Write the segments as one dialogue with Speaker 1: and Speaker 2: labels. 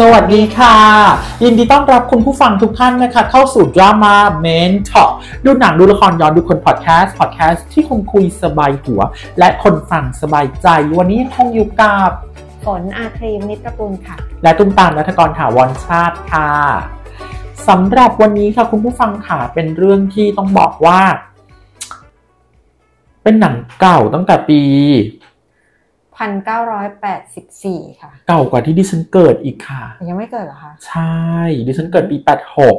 Speaker 1: สวัสดีค่ะ ยินดีต้อนรับคุณผู้ฟังทุกท่านนะคะ เข้าสู่ดราม่าเมนท็อกดูหนังดูละครย้อนดูคนพอดแคสต์พอดแคสต์ที่คุณคุยสบายหัว และคนฟังสบายใจ วันนี้ยังคงอยู่กับ
Speaker 2: ฝนอาครีมนิตรกุลค่ะ
Speaker 1: และตุ้มตามนัทกรถาวรชาติค่ะสำหรับวันนี้ค่ะคุณผู้ฟังค่ะเป็นเรื่องที่ต้องบอกว่า เป็นหนังเก่าตั้งแต่ปี
Speaker 2: 1984 ค่ะ
Speaker 1: เก่ากว่าที่ดิฉันเกิดอีกค่ะ
Speaker 2: ยังไม่เกิดเหรอคะ
Speaker 1: ใช่ดิฉันเกิดปี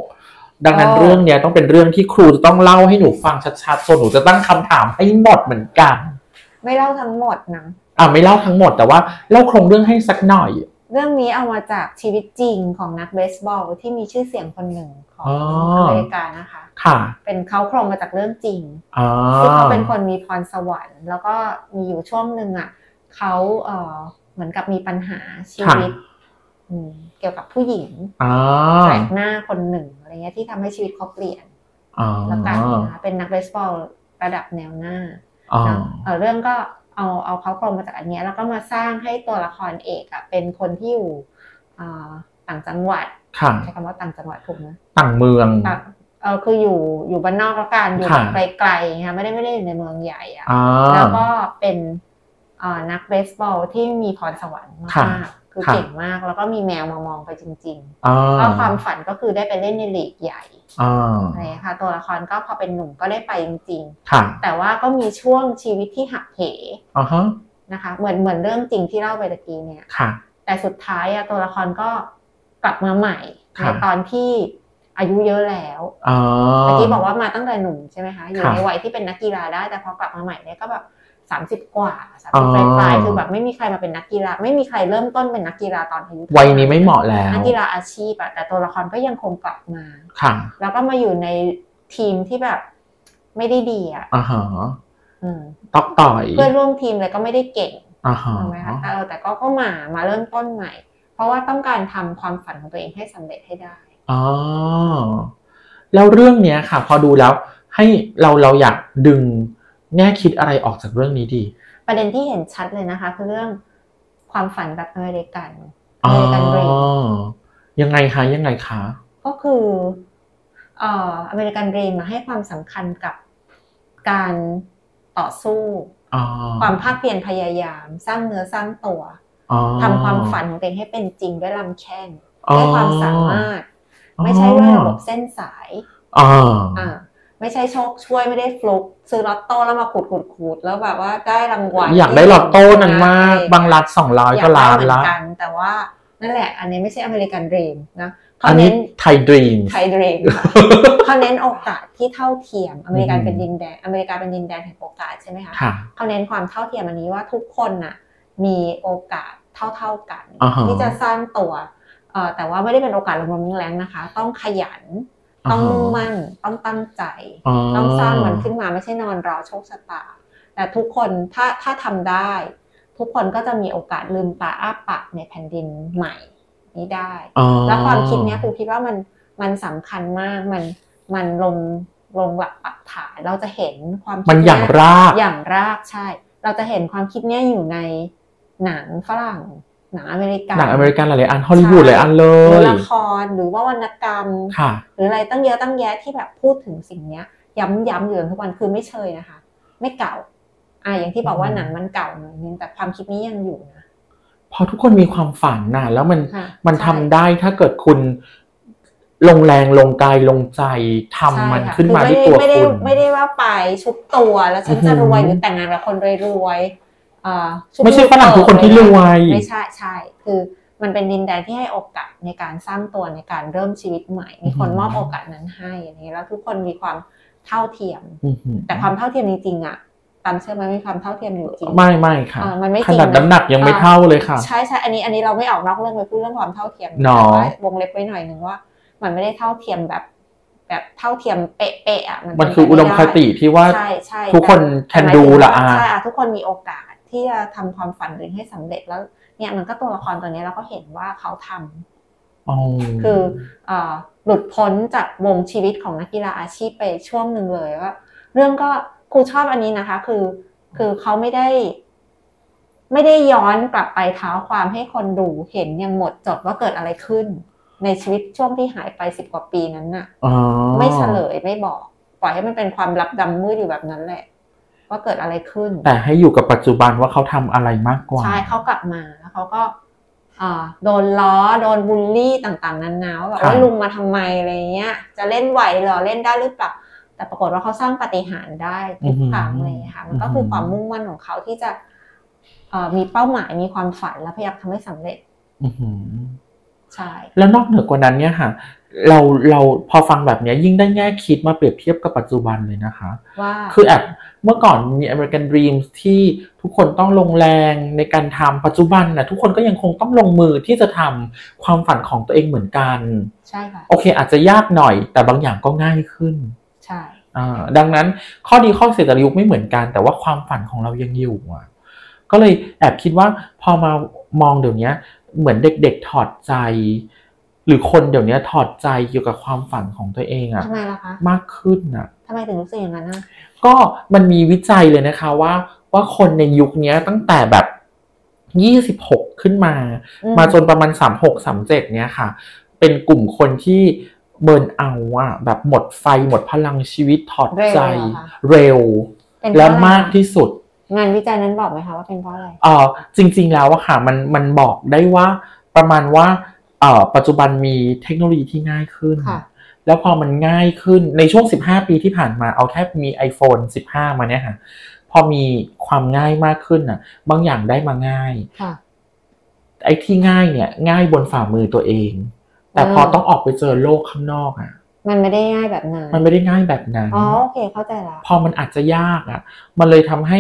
Speaker 1: 86 ดังนั้น
Speaker 2: อ๋อ
Speaker 1: เรื่องเนี้ยต้องเป็นเรื่องที่ครูจะต้องเล่าให้หนูฟังชัดๆส่วนหนูจะตั้งคำถามให้หมดเหมือนกัน
Speaker 2: ไม่เล่าทั้งหมดนะ
Speaker 1: อ่าไม่เล่าทั้งหมดแต่ว่าเล่าโครงเรื่องให้สักหน่อย
Speaker 2: เรื่องนี้เอามาจากชีวิตจริงของนักเบสบอลที่มีชื่อเสียงคนหนึ่งของ
Speaker 1: อ๋อ
Speaker 2: อ
Speaker 1: อ
Speaker 2: เมริกานะคะ
Speaker 1: ค่ะ
Speaker 2: เป็นเขาโครงมาจากเรื่องจริง
Speaker 1: อ่า
Speaker 2: ซึ่งเขาเป็นคนมีพรสวรรค์ แล้วก็มีอยู่ช่วงหนึ่งอ่ะเขาเอ่อเหมือนกับมีปัญหาชี
Speaker 1: ค่ะ
Speaker 2: วิตอืมเกี่ยวกับผู้หญิง
Speaker 1: อ่า
Speaker 2: แปลกหน้าคนหนึ่งอะไรเงี้ยที่ทำให้ชีวิตเขาเปลี่ยน
Speaker 1: อ่า
Speaker 2: แล้วกันนะคะเป็นนักเบสบอลระดับแนวหน้า
Speaker 1: อ่า
Speaker 2: เนอะเอ่อเรื่องก็เอาเอาเขาโครงมาจากอันเนี้ยแล้วก็มาสร้างให้ตัวละครเอกอะเป็นคนที่อยู่เอ่อต่างจังหวัด
Speaker 1: ค่ะ
Speaker 2: ใช้คำว่าต่างจังหวัดถูกไหม
Speaker 1: ต่างเมือง
Speaker 2: ต่างเออคืออยู่อยู่บ้านนอกแล้วกันอยู่
Speaker 1: ค่ะ
Speaker 2: ไกลๆนะคะไม่ได้ไม่ได้อยู่ในเมืองใหญ่อะ
Speaker 1: อ่า
Speaker 2: แล้วก็เป็นเอ่อนักเบสบอลที่มีพรสวรรค์ม
Speaker 1: ค่ะ
Speaker 2: ากๆคือ
Speaker 1: ค่ะ
Speaker 2: เก่งมาก แล้วก็มีแมวมามองไปจริง
Speaker 1: อ่า
Speaker 2: ๆแล้วความฝันก็คือได้ไปเล่นในลีกใหญ่
Speaker 1: อ่า
Speaker 2: อะไรอย่างเงี้ยค่ะตัวละครก็พอเป็นหนุ่มก็ได้ไปจริง
Speaker 1: ค่ะ
Speaker 2: ๆ แต่ว่าก็มีช่วงชีวิตที่หักเห
Speaker 1: อ่าฮะ
Speaker 2: นะคะเหมือนเหมือนเรื่องจริงที่เล่าไปตะกี้เนี่ย
Speaker 1: ค่ะ
Speaker 2: แต่สุดท้ายอะตัวละครก็กลับมาใหม่
Speaker 1: ครั
Speaker 2: ใน
Speaker 1: บ
Speaker 2: ตอนที่อายุเยอะแล้ว
Speaker 1: อ่า
Speaker 2: เมื่อกี้บอกว่ามาตั้งแต่หนุ่มใช่ไหมคะอยู่
Speaker 1: ครับ
Speaker 2: ในวัยที่เป็นนักกีฬาได้แต่พอกลับมาใหม่เนี่ยก็แบบสามสิบ30 กว่าสาม
Speaker 1: อ๋
Speaker 2: สิบป
Speaker 1: อ
Speaker 2: ลายๆคือแบบไม่มีใครมาเป็นนักกีฬา ไม่มีใครเริ่มต้นเป็นนักกีฬาตอนอายุ
Speaker 1: วัยนี้ไม่เหมาะแล้ว
Speaker 2: นักกีฬาอาชีพอะแต่ตัวละครก็ยังคงกลับมา
Speaker 1: ค่ะ
Speaker 2: แล้วก็มาอยู่ในทีมที่แบบไม่ได้ดีอะ
Speaker 1: อ่าฮะ
Speaker 2: อืม
Speaker 1: ตอกต่อย
Speaker 2: เพื่อนร่วมทีมเลยก็ไม่ได้เก่ง
Speaker 1: อ่าฮะ
Speaker 2: ถูกไหมคะแต่เราแต่ก็ก็มามาเริ่มต้นใหม่ เพราะว่าต้องการทำความฝันของตัวเองให้สำเร็จให้ได้
Speaker 1: อ๋อแล้วเรื่องเนี้ยค่ะ พอดูแล้วให้เราเราอยากดึงแง่คิดอะไรออกจากเรื่องนี้ดี
Speaker 2: ประเด็นที่เห็นชัดเลยนะคะคือเรื่องความฝันแบบอเมริกันอ
Speaker 1: อ๋อ
Speaker 2: เมริกันรี
Speaker 1: ยังไงคะยังไงคะ
Speaker 2: ก็คือเอ่ออเมริกันรีมาให้ความสำคัญกับการต่อสู้
Speaker 1: อ๋อ
Speaker 2: ความภาคเพียรพยายาม สร้างเนื้อสร้างตัว
Speaker 1: อ๋อ
Speaker 2: ทำความฝันของตัวเองให้เป็นจริงด้วยลำแข้งด้วยความสามารถ
Speaker 1: อ๋อ
Speaker 2: ไม่ใช่ด้วยระบบเส้นสาย
Speaker 1: อ๋อ
Speaker 2: อ่าไม่ใช่โชคช่วยไม่ได้ฟลุกซื้อลอตโต้แล้วมาขูดขูดขูดแล้วแบบว่าได้รางวัล
Speaker 1: อยากได้ลอตโต้นั้นมาก บางรัฐสองร้อย
Speaker 2: อยาก
Speaker 1: ก็
Speaker 2: ได้
Speaker 1: ล้าน
Speaker 2: เหมือน
Speaker 1: ละ
Speaker 2: กันแต่ว่านั่นแหละ อันนี้ไม่ใช่อเมริกัน e ีมนะเขา
Speaker 1: อันนี้
Speaker 2: เน้น
Speaker 1: ไทยดรีม
Speaker 2: ไทยดรีม เขาเน้นโอกาสที่เท่าเทียมอเมริกัน
Speaker 1: อืม
Speaker 2: เป็นดินแดนอเมริกาเป็นดินแดนแห่งโอกาสใช่ไหมคะ
Speaker 1: ค่ะ
Speaker 2: เขาเน้นความเท่าเทียมอันนี้ว่าทุกคนน่ะมีโอกาสเท่าๆกัน
Speaker 1: อ่าฮะ
Speaker 2: ที่จะสร้างตัวเอ่อแต่ว่าไม่ได้เป็นโอกาสลมๆแรงๆนะคะ ต้องขยันต้องมุ่งมั่นต้องตั้งใจ ต้องสร้างมันขึ้นมาไม่ใช่นอนรอโชคชะตา แต่ทุกคนถ้าถ้าทำได้ ทุกคนก็จะมีโอกาสลืมตาอ้าปากในแผ่นดินใหม่นี้ได้
Speaker 1: อ๋อ
Speaker 2: แล้วความคิดเนี้ยครูคิดว่ามันมันสำคัญมากมันมันลงลงหลักปักฐานเราจะเห็นความคิด
Speaker 1: มันอย่างราก
Speaker 2: อย่างรากใช่ เราจะเห็นความคิดเนี้ยอยู่ในหนังฝรั่งหนังอเมริกัน
Speaker 1: หนังอเมริกันหลายๆอันฮอลลีวูดหลายอันเล
Speaker 2: หรือย ละครหรือว่าวรรณกรรม
Speaker 1: ค่ะ
Speaker 2: หรืออะไรตั้งเยอะตั้งแยะที่แบบพูดถึงสิ่งเนี้ย ย้ำๆอยู่ทุกวันคือไม่เชยนะคะ ไม่เก่าอ่าอย่างที่บอกว่า
Speaker 1: อืม
Speaker 2: หนังมันเก่าหน่อยนึงแต่ความคิดนี้ยังอยู่นะ
Speaker 1: พอทุกคนมีความฝันนะแล้วมัน
Speaker 2: ค่ะ
Speaker 1: มัน
Speaker 2: ใช่
Speaker 1: ทำได้ถ้าเกิดคุณลงแรงลงกายลงใจทำ
Speaker 2: ใช่
Speaker 1: มัน
Speaker 2: ค่ะ
Speaker 1: ขึ้นมา
Speaker 2: คือ
Speaker 1: ด้วยตัว
Speaker 2: ไม่ได้
Speaker 1: คุณ
Speaker 2: ไม่ได้ไม่ได้ว่าไปชุบตัวแล้วฉันจะรวย
Speaker 1: อือหือ
Speaker 2: หรือแต่งงานกับคนรวยๆอ่าบ
Speaker 1: ไม่ใช่ฝรั่งทุกคนที่รวย
Speaker 2: ไม่ใช่ใช่ คือมันเป็นดินแดนที่ให้โอกาสในการสร้างตัวในการเริ่มชีวิตใหม่ มีคนมอบโอกาสนั้นให้อย่างนี้แล้วทุกคนมีความเท่าเทียม
Speaker 1: อือหือ
Speaker 2: แต่ความเท่าเทียมจริงๆอะตามเชื่อไหมมีความเท่าเทียมอยู่จริง
Speaker 1: ไม่ไม่ค่ะ
Speaker 2: อ่ามันไม่
Speaker 1: ขนาด
Speaker 2: จริงนะ
Speaker 1: น้ำหนักยังไม่
Speaker 2: อ่า
Speaker 1: เท่าเลยค่ะ
Speaker 2: ใช่ใช่อันนี้อันนี้เราไม่ออกนอกเรื่องไปพูดเรื่องความเท่าเทียม
Speaker 1: หนอ
Speaker 2: แต่ว่าวงเล็บไว้หน่อยหนึ่งว่า มันไม่ได้เท่าเทียมแบบ แบบเท่าเทียมเป๊ะๆอ่ะเป็
Speaker 1: มันคือ
Speaker 2: ไป
Speaker 1: อุ
Speaker 2: ไไ
Speaker 1: ดมคติที่ว่า
Speaker 2: ใช่ใช่
Speaker 1: ทุกคน
Speaker 2: แต่
Speaker 1: can
Speaker 2: หมายถึ
Speaker 1: do
Speaker 2: งว่า
Speaker 1: ล่ะอ่า
Speaker 2: ใช่อ่ะทุกคนมีโอกาสที่จะทำความฝันตัวเองให้สำเร็จแล้ว เนี่ยมันก็ตัวละครตัวนี้เราก็เห็นว่าเขาทำ
Speaker 1: อ๋อ
Speaker 2: คือเอ่อหลุดพ้นจากวงชีวิตของนักกีฬาอาชีพไปช่วงหนึ่งเลยว่าเรื่องก็ครูชอบอันนี้นะคะ คือ คือเขาไม่ได้ ไม่ได้ย้อนกลับไปเท้าความให้คนดูเห็นอยังหมดจดว่าเกิดอะไรขึ้น ในชีวิตช่วงที่หายไปสิบกว่าปีนั้นน่ะ
Speaker 1: อ๋อ
Speaker 2: ไม่เฉลยไม่บอก ปล่อยให้มันเป็นความลับดำมืดอยู่แบบนั้นแหละ ว่าเกิดอะไรขึ้น
Speaker 1: แต่ให้อยู่กับปัจจุบันว่าเขาทำอะไรมากกว่า
Speaker 2: ใช่เขากลับมาแล้วเขาก็อ่าโดนล้อโดนบูลลี่ต่างๆนานาว่าแบบ
Speaker 1: ครับ
Speaker 2: ว่าลุงมาทำไมอะไรเงี้ย จะเล่นไหวเหรอเล่นได้หรือเปล่าแต่ปรากฏว่าเขาสร้างปาฏิหารย์ได้ทุกครั้งเลยค่ะมันก็คือความมุ่งมั่นของเขาที่จะเอ่อมีเป้าหมายมีความฝันและพยายามทำให้สำเร็จ
Speaker 1: อื้อหือ
Speaker 2: ใช่
Speaker 1: แล้วนอกเหนือกว่านั้นเนี่ยค่ะ เราเราพอฟังแบบเนี้ยยิ่งได้แง่คิดมาเปรียบเทียบกับปัจจุบันเลยนะคะ
Speaker 2: ว่า
Speaker 1: คือแอบเมื่อก่อนมี American Dream ที่ทุกคนต้องลงแรงในการทำปัจจุบันนะทุกคนก็ยังคงต้องลงมือที่จะทำความฝันของตัวเองเหมือนกัน
Speaker 2: ใช่ค่ะ
Speaker 1: โอเค อาจจะยากหน่อย แต่บางอย่างก็ง่ายขึ้น
Speaker 2: ใช่
Speaker 1: อ่าดังนั้นข้อดีข้อเสียแต่ละยุคไม่เหมือนกัน แต่ว่าความฝันของเรายังอยู่อะก็เลยแอบคิดว่าพอมามองเดี๋ยวเนี้ยเหมือนเด็กๆถอดใจ หรือคนเดี๋ยวเนี้ยถอดใจเกี่ยวกับความฝันของตัวเองอะ
Speaker 2: ทำไมล่ะคะ
Speaker 1: มากขึ้นอะ
Speaker 2: ทำไมถึงรู้สึกอย่างนั้นนะ
Speaker 1: ก็มันมีวิจัยเลยนะคะว่าว่าคนในยุคเนี้ยตั้งแต่แบบยี่สิบหกขึ้นมา
Speaker 2: อื
Speaker 1: มาจนประมาณสามหกสามเจ็ดเนี้ยค่ะ เป็นกลุ่มคนที่เบิร์นเอาท์อะแบบหมดไฟหมดพลังชีวิตถอด
Speaker 2: เร็ว
Speaker 1: ใจ
Speaker 2: เหรอคะ
Speaker 1: เร็ว
Speaker 2: เป็น
Speaker 1: และ
Speaker 2: เพระอะไร
Speaker 1: มากที่สุด
Speaker 2: งานวิจัยนั้นบอกไหมคะว่าเป็นเพราะอะไร
Speaker 1: เออจริงๆแล้วอะค่ะมันมันบอกได้ว่าประมาณว่าเออปัจจุบันมีเทคโนโลยีที่ง่ายขึ้น
Speaker 2: ค่ะ
Speaker 1: แล้วพอมันง่ายขึ้นในช่วง 15 ปีที่ผ่านมาเอาแค่มี iPhone 15 มาเนี่ยค่ะ พอมีความง่ายมากขึ้นน่ะ บางอย่างได้มาง่าย
Speaker 2: ค่ะ
Speaker 1: ไอ้ที่ง่ายเนี่ยง่ายบนฝ่ามือตัวเอง แต่พอ
Speaker 2: ม
Speaker 1: ต้องออกไปเจอโลกข้างนอกอ่ะ
Speaker 2: มันไม่ได้ง่ายแบบนั้น
Speaker 1: มันไม่ได้ง่ายแบบนั้น
Speaker 2: อ๋อโอเคเข้าใจละ
Speaker 1: พอมันอาจจะยากอ่ะ มันเลยทำให้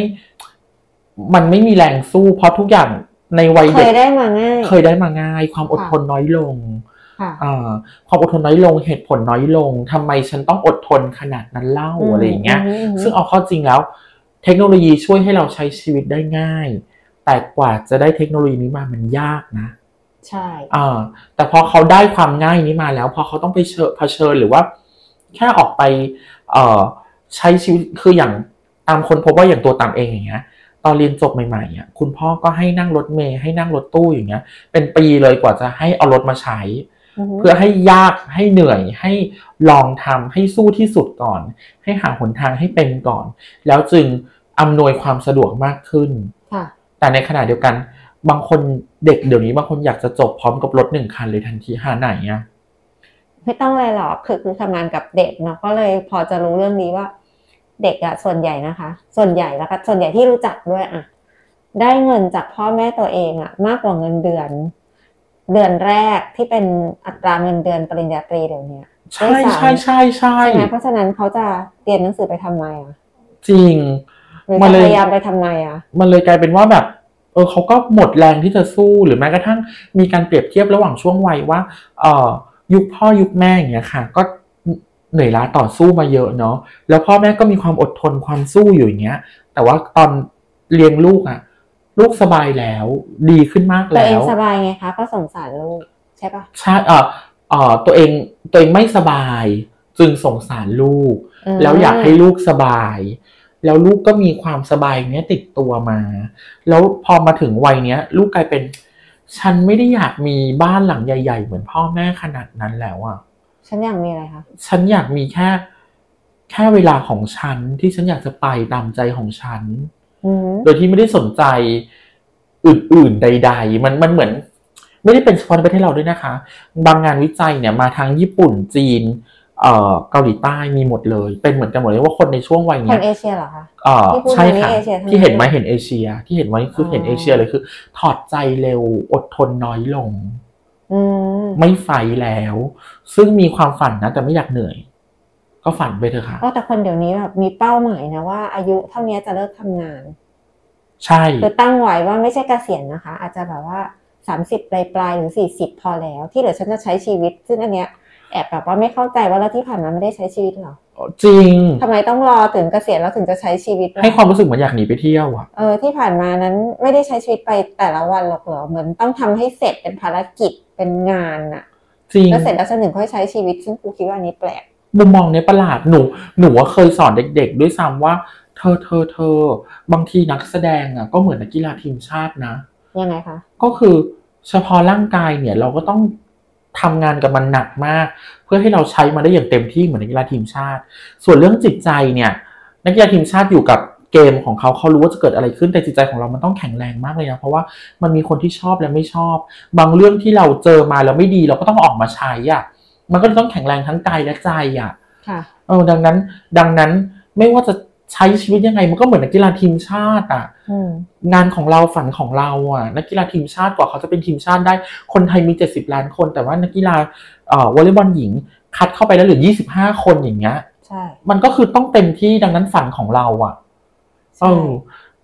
Speaker 1: มันไม่มีแรงสู้ เพราะทุกอย่างในวัย
Speaker 2: เค
Speaker 1: เด็
Speaker 2: ย
Speaker 1: ก
Speaker 2: ได้มาง่าย
Speaker 1: เคยได้มาง่าย ความอดทนน้อยลง
Speaker 2: ค่ะ
Speaker 1: อ่าความอดทนน้อยลงเหตุผลน้อยลงทำไมฉันต้องอดทนขนาดนั้นเล่า
Speaker 2: อืม
Speaker 1: อะไรอย่างเงี้ย
Speaker 2: อืมอืม
Speaker 1: ซึ่งเอาเข้าจริงแล้ว เทคโนโลยีช่วยให้เราใช้ชีวิตได้ง่าย แต่กว่าจะได้เทคโนโลยีนี้มามันยากนะ
Speaker 2: ใช่
Speaker 1: อ่าแต่พอเขาได้ความง่ายนี้มาแล้ว พอเขาต้องไปเชอเผชิญหรือว่า แค่ออกไปเอ่อใช้ชีวิตคืออย่างตามคนพบว่าอย่างตัวตามเองอย่างเงี้ย ตอนเรียนจบใหม่ๆอ่ะคุณพ่อก็ให้นั่งรถเมย์ให้นั่งรถตู้อย่างเงี้ย เป็นปีเลยกว่าจะให้เอารถมาใช้
Speaker 2: หื
Speaker 1: เพื่อให้ยากให้เหนื่อยให้ลองทำให้สู้ที่สุดก่อน ให้หาหนทางให้เป็นก่อน แล้วจึงอำนวยความสะดวกมากขึ้น
Speaker 2: ค่ะ
Speaker 1: แต่ในขณะเดียวกัน บางคนเด็กเดี๋ยวนี้บางคนอยากจะจบพร้อมกับรถหนึ่งคันเลยทันทีหาไหนอะ
Speaker 2: ไม่ต้องอะไรหรอกคือคือทำงานกับเด็กเนาะก็เลยพอจะรู้เรื่องนี้ว่า เด็กอะส่วนใหญ่นะคะ ส่วนใหญ่แล้วก็ส่วนใหญ่ที่รู้จักด้วยอะได้เงินจากพ่อแม่ตัวเองอะมากกว่าเงินเดือน เดือนแรกที่เป็นอัตราเงินเดือนปริญญาตรีเดี๋ยวเนี้ย
Speaker 1: ใช่
Speaker 2: ได้สาม
Speaker 1: ใช่ใช่ใช่
Speaker 2: ใช่ไหมเพราะฉะนั้นเขาจะเรียนหนังสือไปทำไมอะ
Speaker 1: จริง
Speaker 2: หรือ
Speaker 1: มา
Speaker 2: จะ
Speaker 1: เลย
Speaker 2: พยายามไปทำไมอะ
Speaker 1: มันเลยกลายเป็นว่าแบบเออเขาก็หมดแรงที่จะสู้หรือแม้กระทั่งมีการเปรียบเทียบระหว่างช่วงวัยว่าเออยุคพ่อยุคแม่อย่างเงี้ยค่ะ ก็เหนื่อยล้าต่อสู้มาเยอะเนาะแล้วพ่อแม่ก็มีความอดทนความสู้อยู่อย่างเงี้ย แต่ว่าตอนเลี้ยงลูกอะลูกสบายแล้ว ดีขึ้นมาก
Speaker 2: ตัว
Speaker 1: แล้
Speaker 2: เอง
Speaker 1: ว
Speaker 2: สบายไงคะก็สงสารลูกใช่ปะ
Speaker 1: ใช่เออเออตัวเองตัวเองไม่สบาย จึงสงสารลูก
Speaker 2: ม
Speaker 1: แล้วอยากให้ลูกสบาย แล้วลูกก็มีความสบายเนี้ยติดตัวมา แล้วพอมาถึงวัยเนี้ย ลูกกลายเป็น ฉันไม่ได้อยากมีบ้านหลังใหญ่ ๆ เหมือนพ่อแม่ขนาดนั้นแล้วอะ่ะ
Speaker 2: ฉันอยากมีอะไรคะ
Speaker 1: ฉันอยากมีแค่ แค่เวลาของฉันที่ฉันอยากจะไปตามใจของฉัน
Speaker 2: อืม
Speaker 1: โดยที่ไม่ได้สนใจอื่น ๆ ใด ๆ มันมันเหมือน ไม่ได้เป็นเฉพาะในประเทศเราด้วยนะคะ บางงานวิจัยเนี่ยมาทางญี่ปุ่นจีน เอ่อเกาหลีใต้มีหมดเลย เป็นเหมือนกันหมดเลยว่าคนในช่วงวัย
Speaker 2: ค
Speaker 1: เนี้
Speaker 2: น
Speaker 1: ย
Speaker 2: เอเชียเหรอคะ
Speaker 1: เอ่อ
Speaker 2: ที่พูด
Speaker 1: ใช่
Speaker 2: มานี่
Speaker 1: ค่ะ
Speaker 2: เอเชียทั้งนั้น
Speaker 1: ที่เห็นไหมเห็นเอเชีย ที่เห็นไว้คืออ
Speaker 2: อ
Speaker 1: เห็นเอเชียเลยคือ ถอดใจเร็วอดทนน้อยลง
Speaker 2: อืม
Speaker 1: ไม่ไฟแล้ว ซึ่งมีความฝันนะ แต่ไม่อยากเหนื่อย ก็ฝันไปเถอะค่ะ
Speaker 2: ก็แต่คนเดี๋ยวนี้แบบมีเป้าหมายนะว่าอายุเท่านี้จะเลิกทำงาน
Speaker 1: ใช่
Speaker 2: คือตั้งไว้ว่าไม่ใช่เกษียณนะคะ อาจจะแบบว่า 30ปลายปลายๆหรือ 40 พอแล้ว ที่เหลือฉันจะใช้ชีวิต ซึ่งอันเนี้ยแอบแบบว่าไม่เข้าใจว่าแล้วที่ผ่านมาไม่ได้ใช้ชีวิตเหรอ
Speaker 1: จริง
Speaker 2: ทำไมต้องรอถึงเกษียณแล้วถึงจะใช้ชีวิตล่ะ
Speaker 1: ให้ความรู้สึกเหมือนอยากหนีไปเที่ยวอ่ะ
Speaker 2: เออที่ผ่านมานั้นไม่ได้ใช้ชีวิตไปแต่ละวันหรอกเหรอเหมือนต้องทำให้เสร็จเป็นภารกิจเป็นงานน่ะ
Speaker 1: จริง
Speaker 2: แล้วเสร็จแล้วฉันถึงค่อยใช้ชีวิตซึ่งกูคิดว่าอันนี้แปลก
Speaker 1: มุมมองเนี้ยประหลาดหนูหนูว่าเคยสอนเด็กๆ ด้วยซ้ำว่า เธอเธอเธอบางทีนักแสดงอ่ะก็เหมือนนักกีฬาทีมชาตินะ
Speaker 2: ยังไงคะ
Speaker 1: ก็คือเฉพาะร่างกายเนี่ยเราก็ต้องทำงานกับมันหนักมาก เพื่อให้เราใช้มันได้อย่างเต็มที่เหมือนนักกีฬาทีมชาติ ส่วนเรื่องจิตใจเนี่ย นักกีฬาทีมชาติอยู่กับเกมของเขาเขารู้ว่าจะเกิดอะไรขึ้นแต่จิตใจของเรามันต้องแข็งแรงมากเลยนะเพราะว่ามันมีคนที่ชอบและไม่ชอบ บางเรื่องที่เราเจอมาแล้วไม่ดีเราก็ต้องเอาออกมาใช้อ่ะมันก็เลยต้องแข็งแรงทั้งกายและใจอ่ะ
Speaker 2: ค่ะ
Speaker 1: เออดังนั้นดังนั้นไม่ว่าจะใช้ชีวิตยังไง มันก็เหมือนนักกีฬาทีมชาติอ่ะ
Speaker 2: อืม
Speaker 1: งานของเราฝันของเราอ่ะนักกีฬาทีมชาติกว่าเขาจะเป็นทีมชาติได้คนไทยมี 70 ล้านคน แต่ว่านักกีฬาเอ่อวอลเลย์บอลหญิง คัดเข้าไปแล้วเหลือ 25 คนอย่างเงี้ย
Speaker 2: ใช่
Speaker 1: มันก็คือต้องเต็มที่ดังนั้นฝันของเราอ่ะเอ
Speaker 2: ใช่
Speaker 1: อ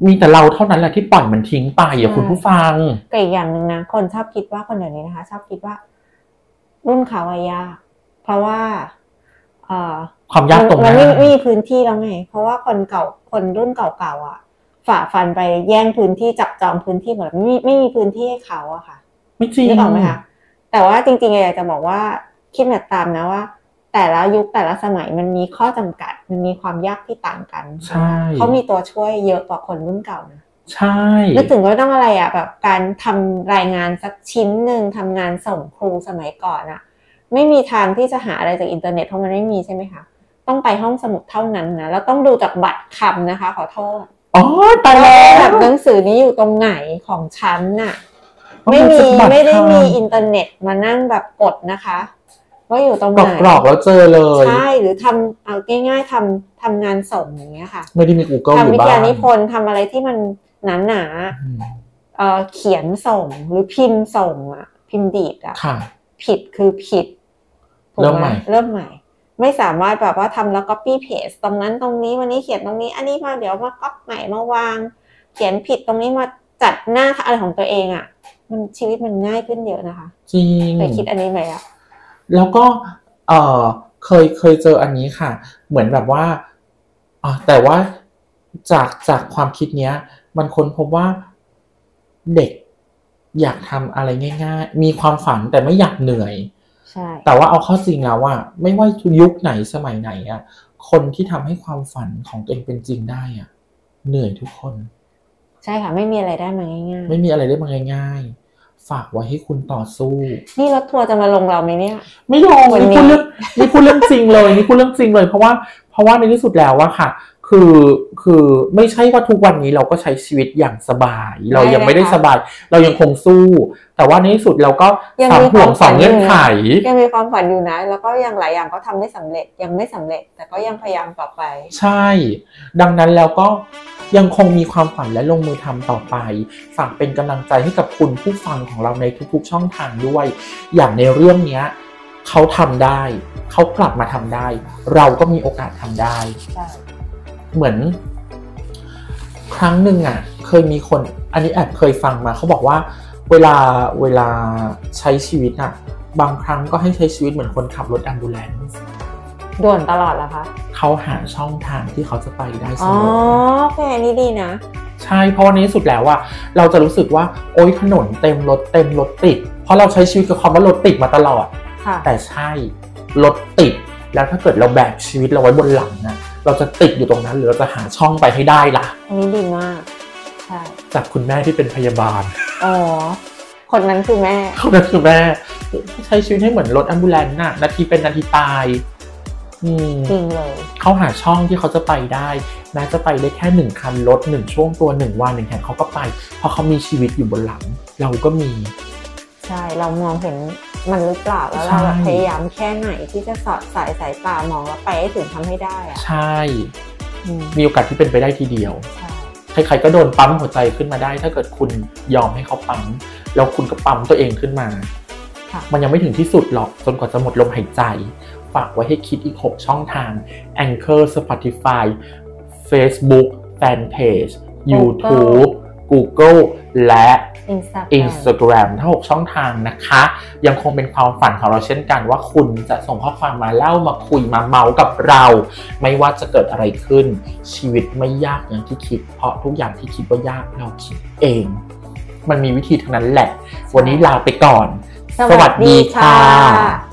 Speaker 1: มีแต่เราเท่านั้นแหละที่ปล่อยมันทิ้งไปอย่า
Speaker 2: ใช่
Speaker 1: คุณผู้ฟัง
Speaker 2: แต่อีกอย่างหนึ่งนะคนชอบคิดว่าคนเดี๋ยวนี้นะคะ ชอบคิดว่า รุ่นเขาวายากเพราะว่าเอ่อ
Speaker 1: ความยากตรง
Speaker 2: มั
Speaker 1: นั้น
Speaker 2: ไม่ไม่มีพื้นที่แล้วไงเพราะว่าคนเก่าคนรุ่นเก่าๆอ่ะ ฝ่าฟันไปแย่งพื้นที่จับจองพื้นที่หมดไม่มีไม่มีพื้นที่ให้เขาอะค่ะ
Speaker 1: ไม่จริง
Speaker 2: นึกออกไหมคะแต่ว่าจริงๆอยากจะบอกว่าคิดแบบตามนะว่า แต่ละยุคแต่ละสมัยมันมีข้อจำกัด มันมีความยากที่ต่างกัน
Speaker 1: ใช่
Speaker 2: เขามีตัวช่วยเยอะกว่าคนรุ่นเก่านะ
Speaker 1: ใช่
Speaker 2: นึกถึงว่าต้องอะไรอ่ะแบบการทำรายงานสักชิ้นหนึ่งทำงานส่งครูสมัยก่อนอะไม่มีทางที่จะหาอะไรจากอินเทอร์เน็ตเพราะมันไม่มีใช่ไหมคะต้องไปห้องสมุดเท่านั้นนะแล้วต้องดูจากบัตรคำนะคะ ขอโทษ
Speaker 1: อ๋อตายแล้
Speaker 2: แบ
Speaker 1: ว
Speaker 2: บหนังสือนี้อยู่ตรงไหนของชั้นน่ะ
Speaker 1: ต้อง
Speaker 2: ไม่
Speaker 1: ดู
Speaker 2: มี
Speaker 1: จากบัตร
Speaker 2: ไม่ได้มี
Speaker 1: ค่ะ
Speaker 2: อินเทอร์เน็ตมานั่งแบบกดนะคะว่าอยู่ตรง
Speaker 1: ก
Speaker 2: ไห
Speaker 1: ร
Speaker 2: น
Speaker 1: อกๆแล้วเจอเลย
Speaker 2: ใช่หรือทำเอาง่ายๆทำทำงานส่งอย่างเงี้ยค่ะ
Speaker 1: ไม่ได้มี Google อยู่
Speaker 2: ทำวิท
Speaker 1: บ้าน
Speaker 2: ยานิพนธ์ทำอะไรที่มันหนาๆ
Speaker 1: อืม
Speaker 2: เอ่อเขียนส่งหรือพิมพ์ส่งอะพิมพ์ดีดอะ
Speaker 1: ค่ะ
Speaker 2: ผิดคือผิดถูก
Speaker 1: เริ่มใหม่
Speaker 2: เริ่มใหม่ ไม่สามารถแบบว่าทำแล้ว copy paste ตรงนั้นตรงนี้วันนี้เขียนตรงนี้ อันนี้มาเดี๋ยวมาก๊อปใหม่มาวาง เขียนผิดตรงนี้มาจัดหน้าอะไรของตัวเองอะมันชีวิตมันง่ายขึ้นเยอะนะคะ
Speaker 1: จริง
Speaker 2: เคยคิดอันนี้ไหมอะ
Speaker 1: แล้วก็เออเคยเคยเจออันนี้ค่ะ เหมือนแบบว่าอ่ะแต่ว่าจากจากความคิดเนี้ย มันค้นพบว่าเด็กอยากทำอะไรง่าย ๆ มีความฝันแต่ไม่อยากเหนื่อย
Speaker 2: ใช่
Speaker 1: แต่ว่าเอาเข้อจริงแล้วว่า ไม่ว่ายุคไหนสมัยไหนอะคนที่ทำให้ความฝันของตัวเองเป็นจริงได้อะเหนื่อยทุกคน
Speaker 2: ใช่ค่ะ ไม่มีอะไรได้มาง่าย
Speaker 1: ไม่มีอะไรได้มาง่าย ๆ ฝากไว้ให้คุณต่อสู้
Speaker 2: ๆนี่รถทัวร์จะมาลงเราไหมเนี่ย
Speaker 1: ไม่ลง
Speaker 2: วันนี้
Speaker 1: นี่พูดเรื่องนี่พูดเรื่องจริงเลยนี่พูดเรื่องจริงเลย เพราะว่าเพราะว่าในที่สุดแล้วอะค่ะ คือคือไม่ใช่ว่าทุกวันนี้เราก็ใช้ชีวิตอย่างสบาย เรายังไม่ได้สบาย เรายังคงสู้ แต่ว่าในที่สุดเราก็สามห่วงสองเงื่อนไข
Speaker 2: ยังมีความฝันอยู่นะ แล้วก็ยังหลายอย่างก็ทำไม่สำเร็จยังไม่สำเร็จ แต่ก็ยังพยายามต่อไป
Speaker 1: ใช่ ดังนั้นแล้วก็ยังคงมีความฝันและลงมือทำต่อไป ฝากเป็นกำลังใจให้กับคุณผู้ฟังของเราในทุกๆช่องทางด้วย อย่างในเรื่องเนี้ยเขาทำได้ เขากลับมาทำได้ เราก็มีโอกาสทำได้
Speaker 2: ใช่
Speaker 1: เหมือน ครั้งหนึ่งอ่ะ เคยมีคน อันนี้แอบเคยฟังมาเขาบอกว่า เวลาเวลาใช้ชีวิตอ่ะ บางครั้งก็ให้ใช้ชีวิตเหมือนคนขับรถแอมบูเลนซ์
Speaker 2: ด่วนตลอดเหรอคะ
Speaker 1: เขาหาช่องทางที่เขาจะไปได้เส
Speaker 2: อ๋อ
Speaker 1: มออ
Speaker 2: โอเคอันนี้ดีนะ
Speaker 1: ใช่เพราะว่าในที่สุดแล้วอะเราจะรู้สึกว่าโอ๊ยถนนเต็มรถเต็มรถติด เพราะเราใช้ชีวิตกับคำว่ารถติดมาตลอด
Speaker 2: ค่ะ
Speaker 1: แต่ใช่รถติด แล้วถ้าเกิดเราแบกชีวิตเราไว้บนหลังนะเราจะติดอยู่ตรงนั้น หรือเราจะหาช่องไปให้ได้ล่ะ
Speaker 2: อันนี้ดีมาก ใช่
Speaker 1: จากคุณแม่ที่เป็นพยาบาล
Speaker 2: อ๋อ คนนั้นคือแม่
Speaker 1: เขานั้นคือแม่ใช้ชีวิตให้เหมือนรถแอมบูเลนต์น่ะนาทีเป็นนาทีตายอืม
Speaker 2: จริงเลย
Speaker 1: เขาหาช่องที่เขาจะไปได้แม้จะไปได้แค่หนึ่งคันรถหนึ่งช่วงตัวหนึ่งวันหนึ่งแห่งเขาก็ไป เพราะเขามีชีวิตอยู่บนหลัง เราก็มี
Speaker 2: ใช่ เรามองเห็นมันหรือเปล่า แล้วเราแบบ
Speaker 1: ใช่
Speaker 2: พยายามแค่ไหนที่จะสอดสายสายตามองแล้วไปให้ถึงทำให้ได้อะ
Speaker 1: ใช่
Speaker 2: อืม
Speaker 1: มีโอกาสที่เป็นไปได้ทีเดียว
Speaker 2: ใช่
Speaker 1: ใครๆก็โดนปั๊มหัวใจขึ้นมาได้ ถ้าเกิดคุณยอมให้เขาปั๊มแล้วคุณก็ปั๊มตัวเองขึ้นมา
Speaker 2: ค่ะ
Speaker 1: มันยังไม่ถึงที่สุดหรอกจนกว่าจะหมดลมหายใจ ฝากไว้ให้คิดอีก 6 ช่องทาง Anchor Spotify Facebook Fanpage YouTube Google และ
Speaker 2: อินสตาแกรม
Speaker 1: Instagram ทั้ง6ช่องทางนะคะ ยังคงเป็นความฝันของเราเช่นกันว่าคุณจะส่งข้อความมาเล่ามาคุยมาเมาส์กับเรา ไม่ว่าจะเกิดอะไรขึ้น ชีวิตไม่ยากอย่างที่คิด เพราะทุกอย่างที่คิดว่ายากเราคิดเอง มันมีวิธีทั้งนั้นแหละ วันนี้ลาไปก่อน
Speaker 2: สวัสดีค่ะ